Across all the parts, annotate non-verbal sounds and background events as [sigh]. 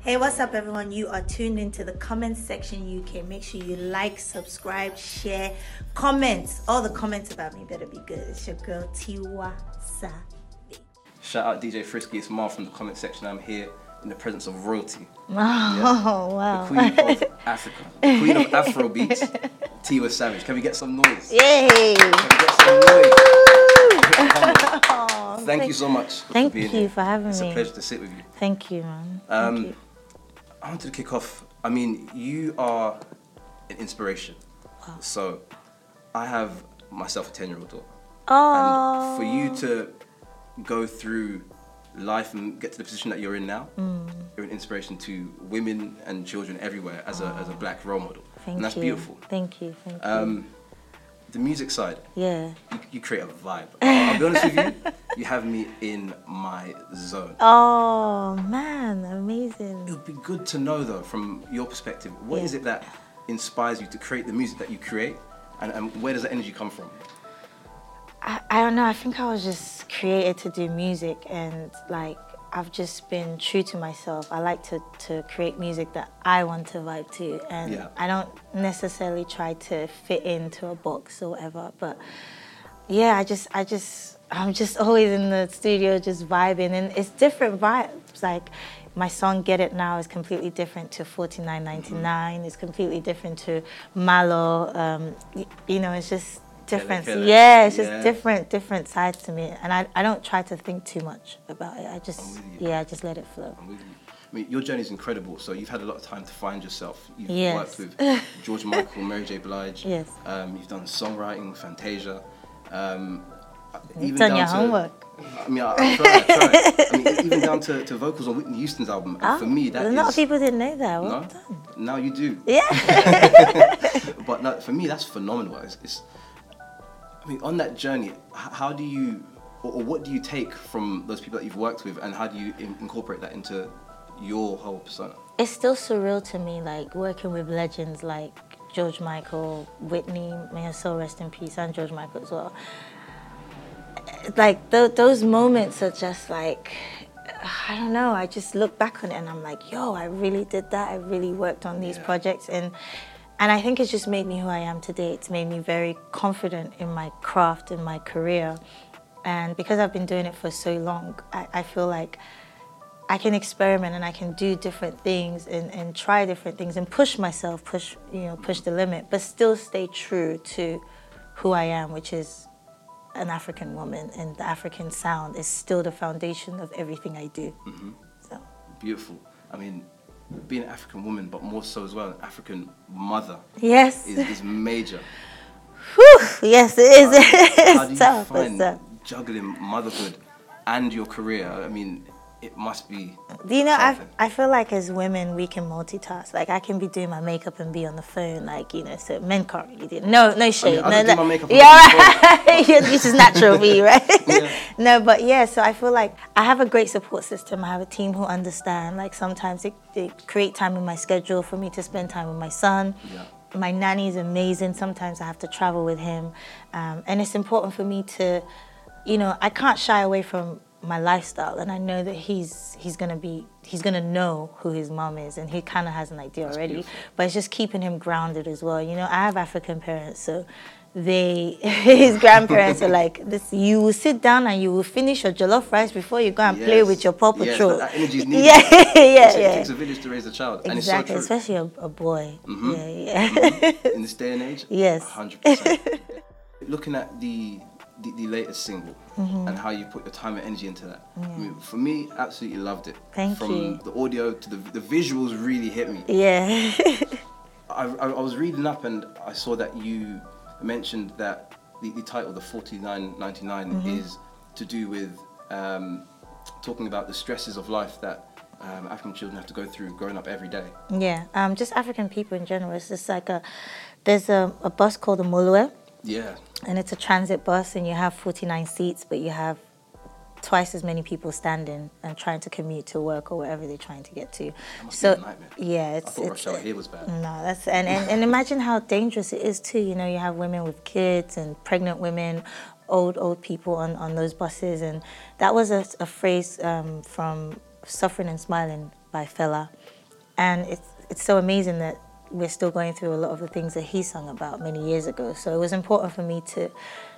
Hey, what's up, everyone? You are tuned into the comments section UK. Make sure you like, subscribe, share, comment. All the comments about me better be good. It's your girl Tiwa Sa. Shout out DJ Frisky, it's Mar from the comment section. I'm here in the presence of royalty, [laughs] Oh the wow! queen [laughs] of Africa, the queen of Afro beats, Tiwa Savage. Can we get some noise? Yay! Can we get some noise? Come Aw, on. Thank you so much. Oh, Thank for being you here. for having It's me. a pleasure to sit with you. Thank you, man. Um, Thank you. I wanted to kick off. I mean, you are an inspiration. So, I have myself a ten-year-old daughter. Oh, And for you to go through life and get to the position that you're in now, Mm. you're an inspiration to women and children everywhere as, a, as a black role model. thank and that's you. beautiful. Thank you. Thank you. Um, the music side, yeah. you, you create a vibe. I'll, I'll be honest with [laughs] you, you have me in my zone. Oh man, It amazing. would be good to know, though, from your perspective, what is Yeah. it that inspires you to create the music that you create? And, and where does that energy come from? I, I don't know. I think I was just created to do music, and like I've just been true to myself. I like to to create music that I want to vibe to, and Yeah. I don't necessarily try to fit into a box or whatever. But yeah, I just I just I'm just [laughs] always in the studio just vibing, and it's different vibes. Like my song "Get It Now" is completely different to 49.99. It's completely different to Malo. Um, y- you know, it's just different. killer. Yeah, it's just Yeah. different different sides to me, and I I don't try to think too much about it. I just with you. yeah, I just let it flow. I'm with you. I mean, your journey's incredible. So you've had a lot of time to find yourself. You've Yes. worked with [laughs] George Michael, Mary J. Blige. Yes. Um, you've done songwriting, Fantasia. Um, You've done your to, homework. I mean, I, I tried, I tried. I mean, e-, even down to, to vocals on Whitney Houston's album. And for me, that Ah, a is lot of people didn't know that. No, Well done. now you do. Yeah. But no, for me, that's phenomenal. It's, it's, I mean, on that journey, h- how do you, or, or what do you take from those people that you've worked with, and how do you in- incorporate that into your whole persona? it's still surreal to me, like working with legends like George Michael, Whitney, may her soul rest in peace, and George Michael as well. Like th- those moments are just like, I don't know. I just look back on it and I'm like, yo, I really did that. I really worked on these Yeah. projects, and and I think it's just made me who I am today. It's made me very confident in my craft, in my career, and because I've been doing it for so long, I, I feel like I can experiment and I can do different things and, and try different things and push myself, push you know, push the limit, but still stay true to who I am, which is an African woman and the African sound is still the foundation of everything I do. So Beautiful. I mean, being an African woman, but more so as well, an African mother yes. [laughs] is, is major. Whew, yes, it is. How do you [laughs] it's tough. It's find tough. juggling motherhood and your career? I mean, it must be. Do you know, I, something. I feel like as women, we can multitask. Like, I can be doing my makeup and be on the phone, like, you know, so men can't really do No, no shade. I no, can do no. my makeup on yeah, the right. Yeah, [laughs] this is natural for you, right? [laughs] [laughs] Yeah. No, but yeah, so I feel like I have a great support system. I have a team who understand. Like, sometimes they, they create time in my schedule for me to spend time with my son. Yeah. My nanny is amazing. Sometimes I have to travel with him. Um, and it's important for me to you know, I can't shy away from my lifestyle, and I know that he's he's gonna be he's gonna know who his mom is, and he kind of has an idea already. beautiful. But it's just keeping him grounded as well. You know, I have African parents, so they [laughs] his grandparents are like this. You will sit down and you will finish your jollof rice before you go and play Yes, with your Paw yes, Patrol. [laughs] that energy is needed. yeah, It yeah, ta- it takes yeah. a village to raise a child, Exactly, and it's so true. Mm-hmm. especially a, a boy. Yeah, yeah. in this day and age? Yes. [laughs] 100%. Looking at the, the, the latest single Mm-hmm. and how you put your time and energy into that, I mean, for me, absolutely loved it. Thank From you. the audio to the, the visuals really hit me. [laughs] yeah. [laughs] I, I, I was reading up and I saw that you mentioned that the, the title, the 4999, Mm-hmm. is to do with um, talking about the stresses of life that um, African children have to go through growing up every day. Yeah, um, just African people in general. It's just like a there's a, a bus called the Mulwe, Yeah. and it's a transit bus, and you have 49 seats, but you have twice as many people standing and trying to commute to work or wherever they're trying to get to. must So be a nightmare. yeah, I it's thought it's Rochelle here was bad. no, that's and, and, and imagine how dangerous it is too. You know, you have women with kids and pregnant women, old old people on, on those buses, and that was a, a phrase um, from "Suffering and Smiling" by Fella, and it's it's so amazing that we're still going through a lot of the things that he sung about many years ago. So it was important for me to,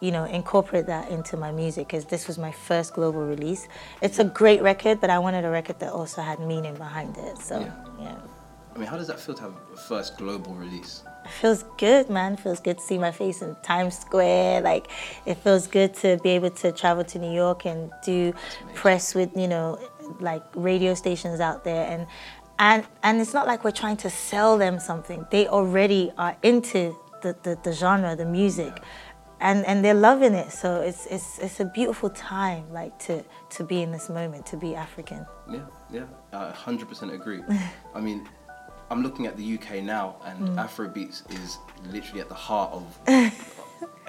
you know, incorporate that into my music because this was my first global release. It's a great record, but I wanted a record that also had meaning behind it. So Yeah. yeah. I mean, how does that feel to have a first global release? feels good, man. Feels good to see my face in Times Square. Like, it feels good to be able to travel to New York and do press with you know, like radio stations out there. And and and it's not like we're trying to sell them something. They already are into the the, the genre, the music. And, and they're loving it, so it's, it's it's a beautiful time, like to to be in this moment, to be African. Yeah, yeah, I 100% [laughs] agree. I mean, I'm looking at the UK now, and Mm. Afrobeats is literally at the heart [laughs] of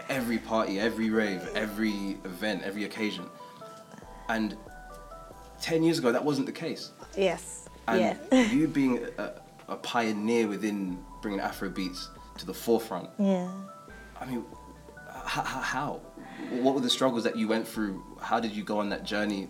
every party, every rave, every event, every occasion. And 10 years ago, that wasn't the case. Yes. And yeah. you being a, a pioneer within bringing Afrobeats to the forefront, Yeah. I mean, h- h- how? What were the struggles that you went through? How did you go on that journey?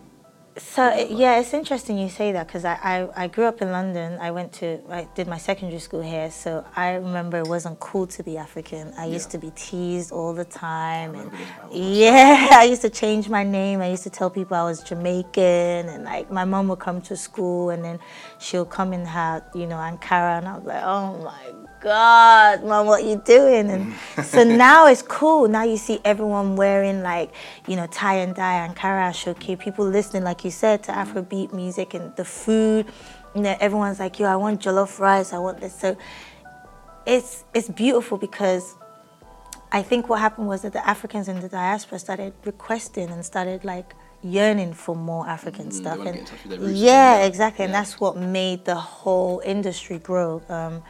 So Yeah. it- yeah, it's interesting you say that because I, I, I grew up in London. I went to I did my secondary school here, so I remember it wasn't cool to be African. I used Yeah. to be teased all the time, and remember this about myself. yeah, I used to change my name. I used to tell people I was Jamaican, and like my mom would come to school, and then she'll come in her you know I'm Cara, and I'm like, oh my god, mom, what you doing? And so now it's cool. Now you see everyone wearing like you know tie and dye and Cara showcase. People listening, like you said, to Afrobeat music and the food. You know, everyone's like, yo, I want jollof rice. I want this. So it's it's beautiful because I think what happened was that the Africans in the diaspora started requesting and started like yearning for more African Mm, they stuff. wanna and get in touch with their roots yeah, again, yeah. exactly, and Yeah. that's what made the whole industry grow. Um,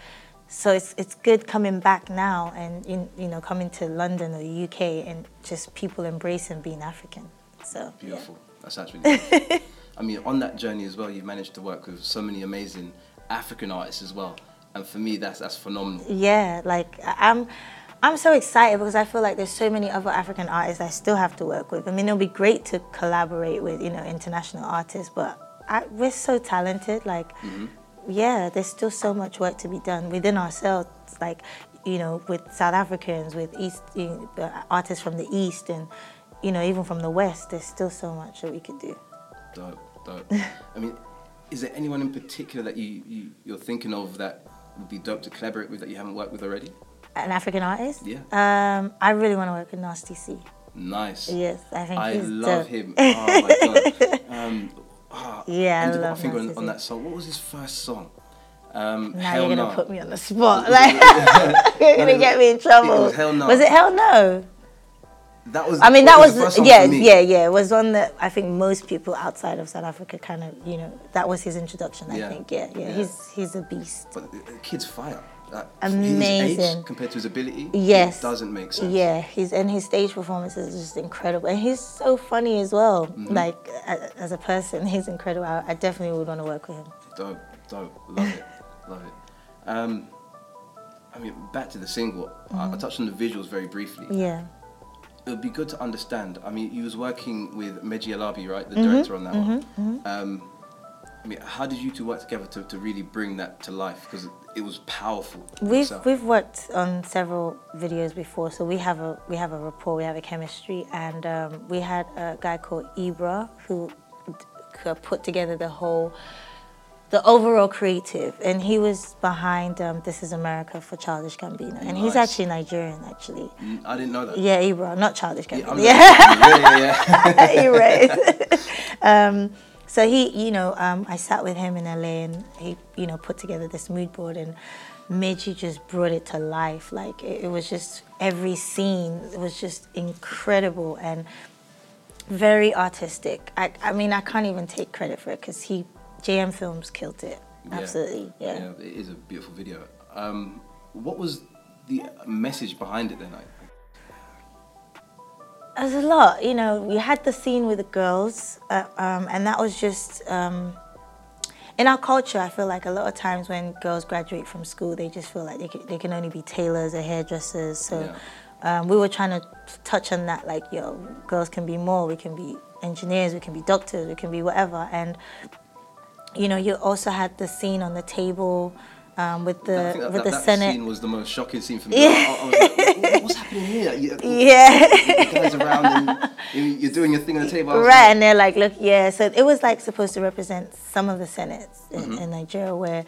so it's it's good coming back now and in, you know coming to London or the UK and just people embracing being African. So yeah. Beautiful. That's actually. Beautiful. I mean, on that journey as well, you've managed to work with so many amazing African artists as well, and for me, that's that's phenomenal. yeah like I- i'm i'm so excited because i feel like there's so many other african artists i still have to work with i mean it'll be great to collaborate with you know international artists but I, we're so talented like Mm-hmm. yeah there's still so much work to be done within ourselves like you know with south africans with east you know, uh, artists from the east and you know even from the west there's still so much that we could do Dope, [laughs] dope. I mean, is there anyone in particular that you, you you're thinking of that would be dope to collaborate with that you haven't worked with already? an african artist Yeah. um, i really want to work with nasty c Nice. yes i think I he's love dope. [laughs] him. Oh my god. Um, ah, Yeah, I ended up, love I think on, Nasty on C. that song. What was his first song? Um, Now Hell you're no. gonna put me on the [laughs] spot. Like [laughs] you're No, gonna no, get no. me in trouble. It was Hell No. Was it hell no? That was. I mean, that that was, the first song yeah, for me. yeah, yeah. It was one that I think most people outside of South Africa kind of, you know, that was his introduction. I Yeah. think, yeah, yeah. Yeah. He's he's a beast. But the the kid's fire. Like, His Amazing. age compared to his ability. Yes. It doesn't make sense. Yeah, he's and his stage performances is just incredible, and he's so funny as well. Mm-hmm. Like a- as a person, [laughs] he's incredible. I, I definitely would want to work with him. Dope, dope. Love it. Love it. Um, I mean, back to the single. I, I touched on the visuals very briefly. Mm-hmm. Yeah, It would be good to understand. I mean, you was working with Meji Alabi, right? The Mm-hmm. director on that one. Um, I mean, how did you two work together to, to really bring that to life? Because it was powerful. in we've itself. we've worked on several videos before, so we have a we have a rapport, we have a chemistry, and um, we had a guy called Ibra who d- c- put together the whole the overall creative, and he was behind um, "This Is America" for Childish Gambino, and he's Nice. actually Nigerian, actually. Mm, I didn't know that. Yeah, Ibra, not Childish I'm [laughs] Gambino. not- Yeah. yeah, yeah, yeah. [laughs] You're right. um, so he, you know, um, I sat with him in LA, and he, you know, put together this mood board, and Midgey just brought it to life. Like it, it was just every scene was just incredible and very artistic. I, I mean, I can't even take credit for it because he, JM Films killed it. Yeah. Absolutely, yeah. Yeah, it is a beautiful video. Um, what was the message behind it then? Like, There's a lot, you know. We had the scene with the girls, uh, um, and that was just um, in our culture. I feel like a lot of times when girls graduate from school, they just feel like they can, they can only be tailors or hairdressers. So um, we were trying to touch on that, like, yo, girls can be more. We can be engineers. We can be doctors. We can be whatever. And you know, you also had the scene on the table um, with the I think that, with that, the that Senate. scene was the most shocking scene for me. I, I was like, "What- what's happening here? You, [laughs] Yeah. you guys around and you- you're doing your thing on the table. I was Right, and they're like, look, yeah. So it was like supposed to represent some of the senates in, Mm-hmm. in Nigeria where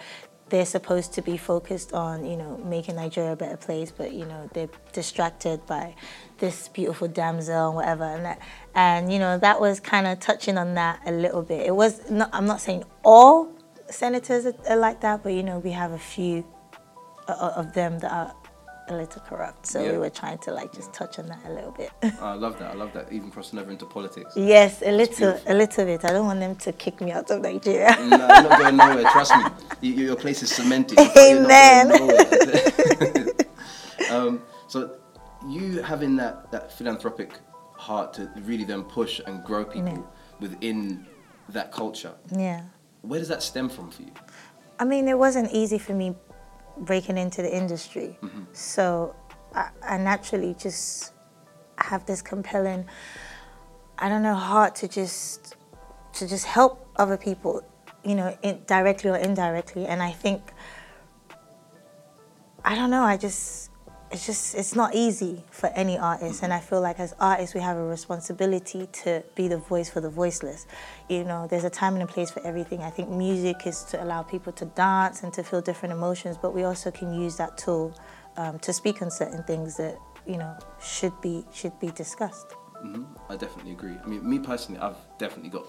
they're supposed to be focused on, you know, making Nigeria a better place, but you know, they're distracted by this beautiful damsel and whatever, and that, and you know, that was kind of touching on that a little bit. It was, not, I'm not saying all senators are, are like that, but you know, we have a few o- o- of them that are a little corrupt, so Yeah. we were trying to like just touch on that a little bit. like, "Oh, I love that. I love that. Even crossing over into politics. Yes, a little, beautiful. a little bit. I don't want them to kick me out of Nigeria. [laughs] No, you're uh, not going nowhere. Trust me. You, you- your place is cemented. You're not Amen. going nowhere. [laughs] um, so, you having that, that philanthropic heart to really then push and grow people within that culture, yeah. where does that stem from for you? I mean, it wasn't easy for me breaking into the industry. So I, I naturally just have this compelling, I don't know, heart to just to just help other people, you know, in, directly or indirectly. And I think, I don't know, I just, it's just, it's not easy for any artist. And I feel like as artists, we have a responsibility to be the voice for the voiceless. You know, there's a time and a place for everything. I think music is to allow people to dance and to feel different emotions, but we also can use that tool um, to speak on certain things that, you know, should be should be discussed. hmm I definitely agree. I mean, me personally, I've definitely got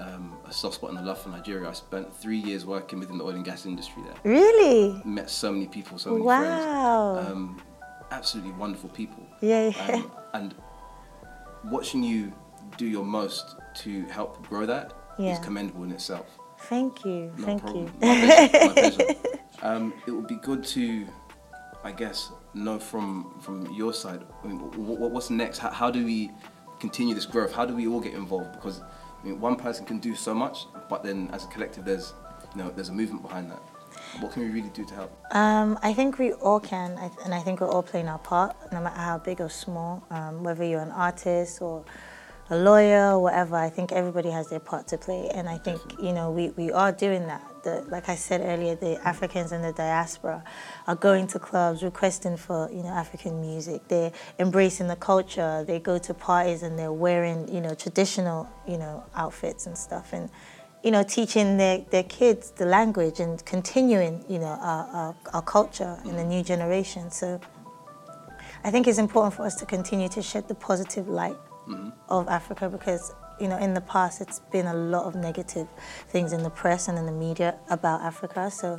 um, a soft spot and a love for Nigeria. I spent three years working within the oil and gas industry there. Really? Met so many people, so many Wow. friends. Um, absolutely wonderful people. Yeah, yeah. Um, and watching you do your most to help grow that is Yeah. commendable in itself. Thank you. No Thank problem. you. My pleasure. My [laughs] pleasure. Um, it would be good to, I guess, know from from your side. I mean, wh- wh- what's next? How, how do we continue this growth? How do we all get involved? Because I mean, one person can do so much, but then as a collective, there's you know there's a movement behind that. What can we really do to help? Um, I think we all can, I- and I think we're all playing our part, no matter how big or small. Um, whether you're an artist or a lawyer or whatever, I think everybody has their part to play, and I think you know we, we are doing that. The, like I said earlier, the Africans in the diaspora are going to clubs requesting for you know African music. They're embracing the culture. They go to parties and they're wearing you know traditional you know outfits and stuff, and you know, teaching their, their kids the language and continuing, you know, our, our, our culture in the new generation. So I think it's important for us to continue to shed the positive light of Africa because, you know, in the past it's been a lot of negative things in the press and in the media about Africa. So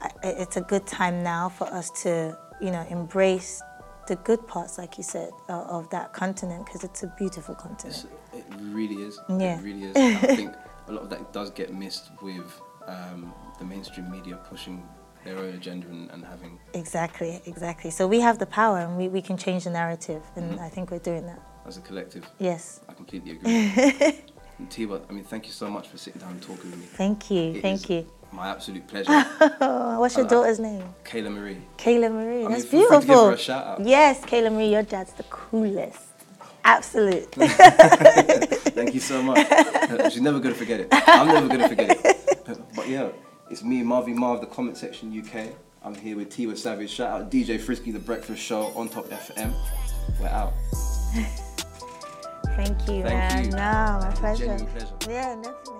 I, I- it's a good time now for us to, you know, embrace the good parts, like you said, of, of that continent because it's a beautiful continent. It's, it really is. Yeah. It really is. And [laughs] I think a lot of that does get missed with um, the mainstream media pushing their own agenda and, and having Exactly, exactly. So we have the power and we, we can change the narrative, and I think we're doing that. as a collective. Yes. I completely [laughs] agree. and Tiwa, I mean, thank you so much for sitting down and talking with me. Thank you, It thank is you. [laughs] My absolute pleasure. Oh, what's your I- daughter's name? Kayla Marie. Kayla Marie. I That's mean, feel free to give beautiful. her a shout out. Yes, Kayla Marie, your dad's the coolest. Absolute. Mm. [laughs] Thank you so much. She's never going to forget it. I'm never going to forget it. But yeah, it's me, Marvy Marv, the comment section UK. I'm here with Tiwa Savage. Shout out DJ Frisky, The Breakfast Show on Top FM. We're out. Thank you, Thank man. you. No, my Genuine pleasure. pleasure. Yeah, definitely.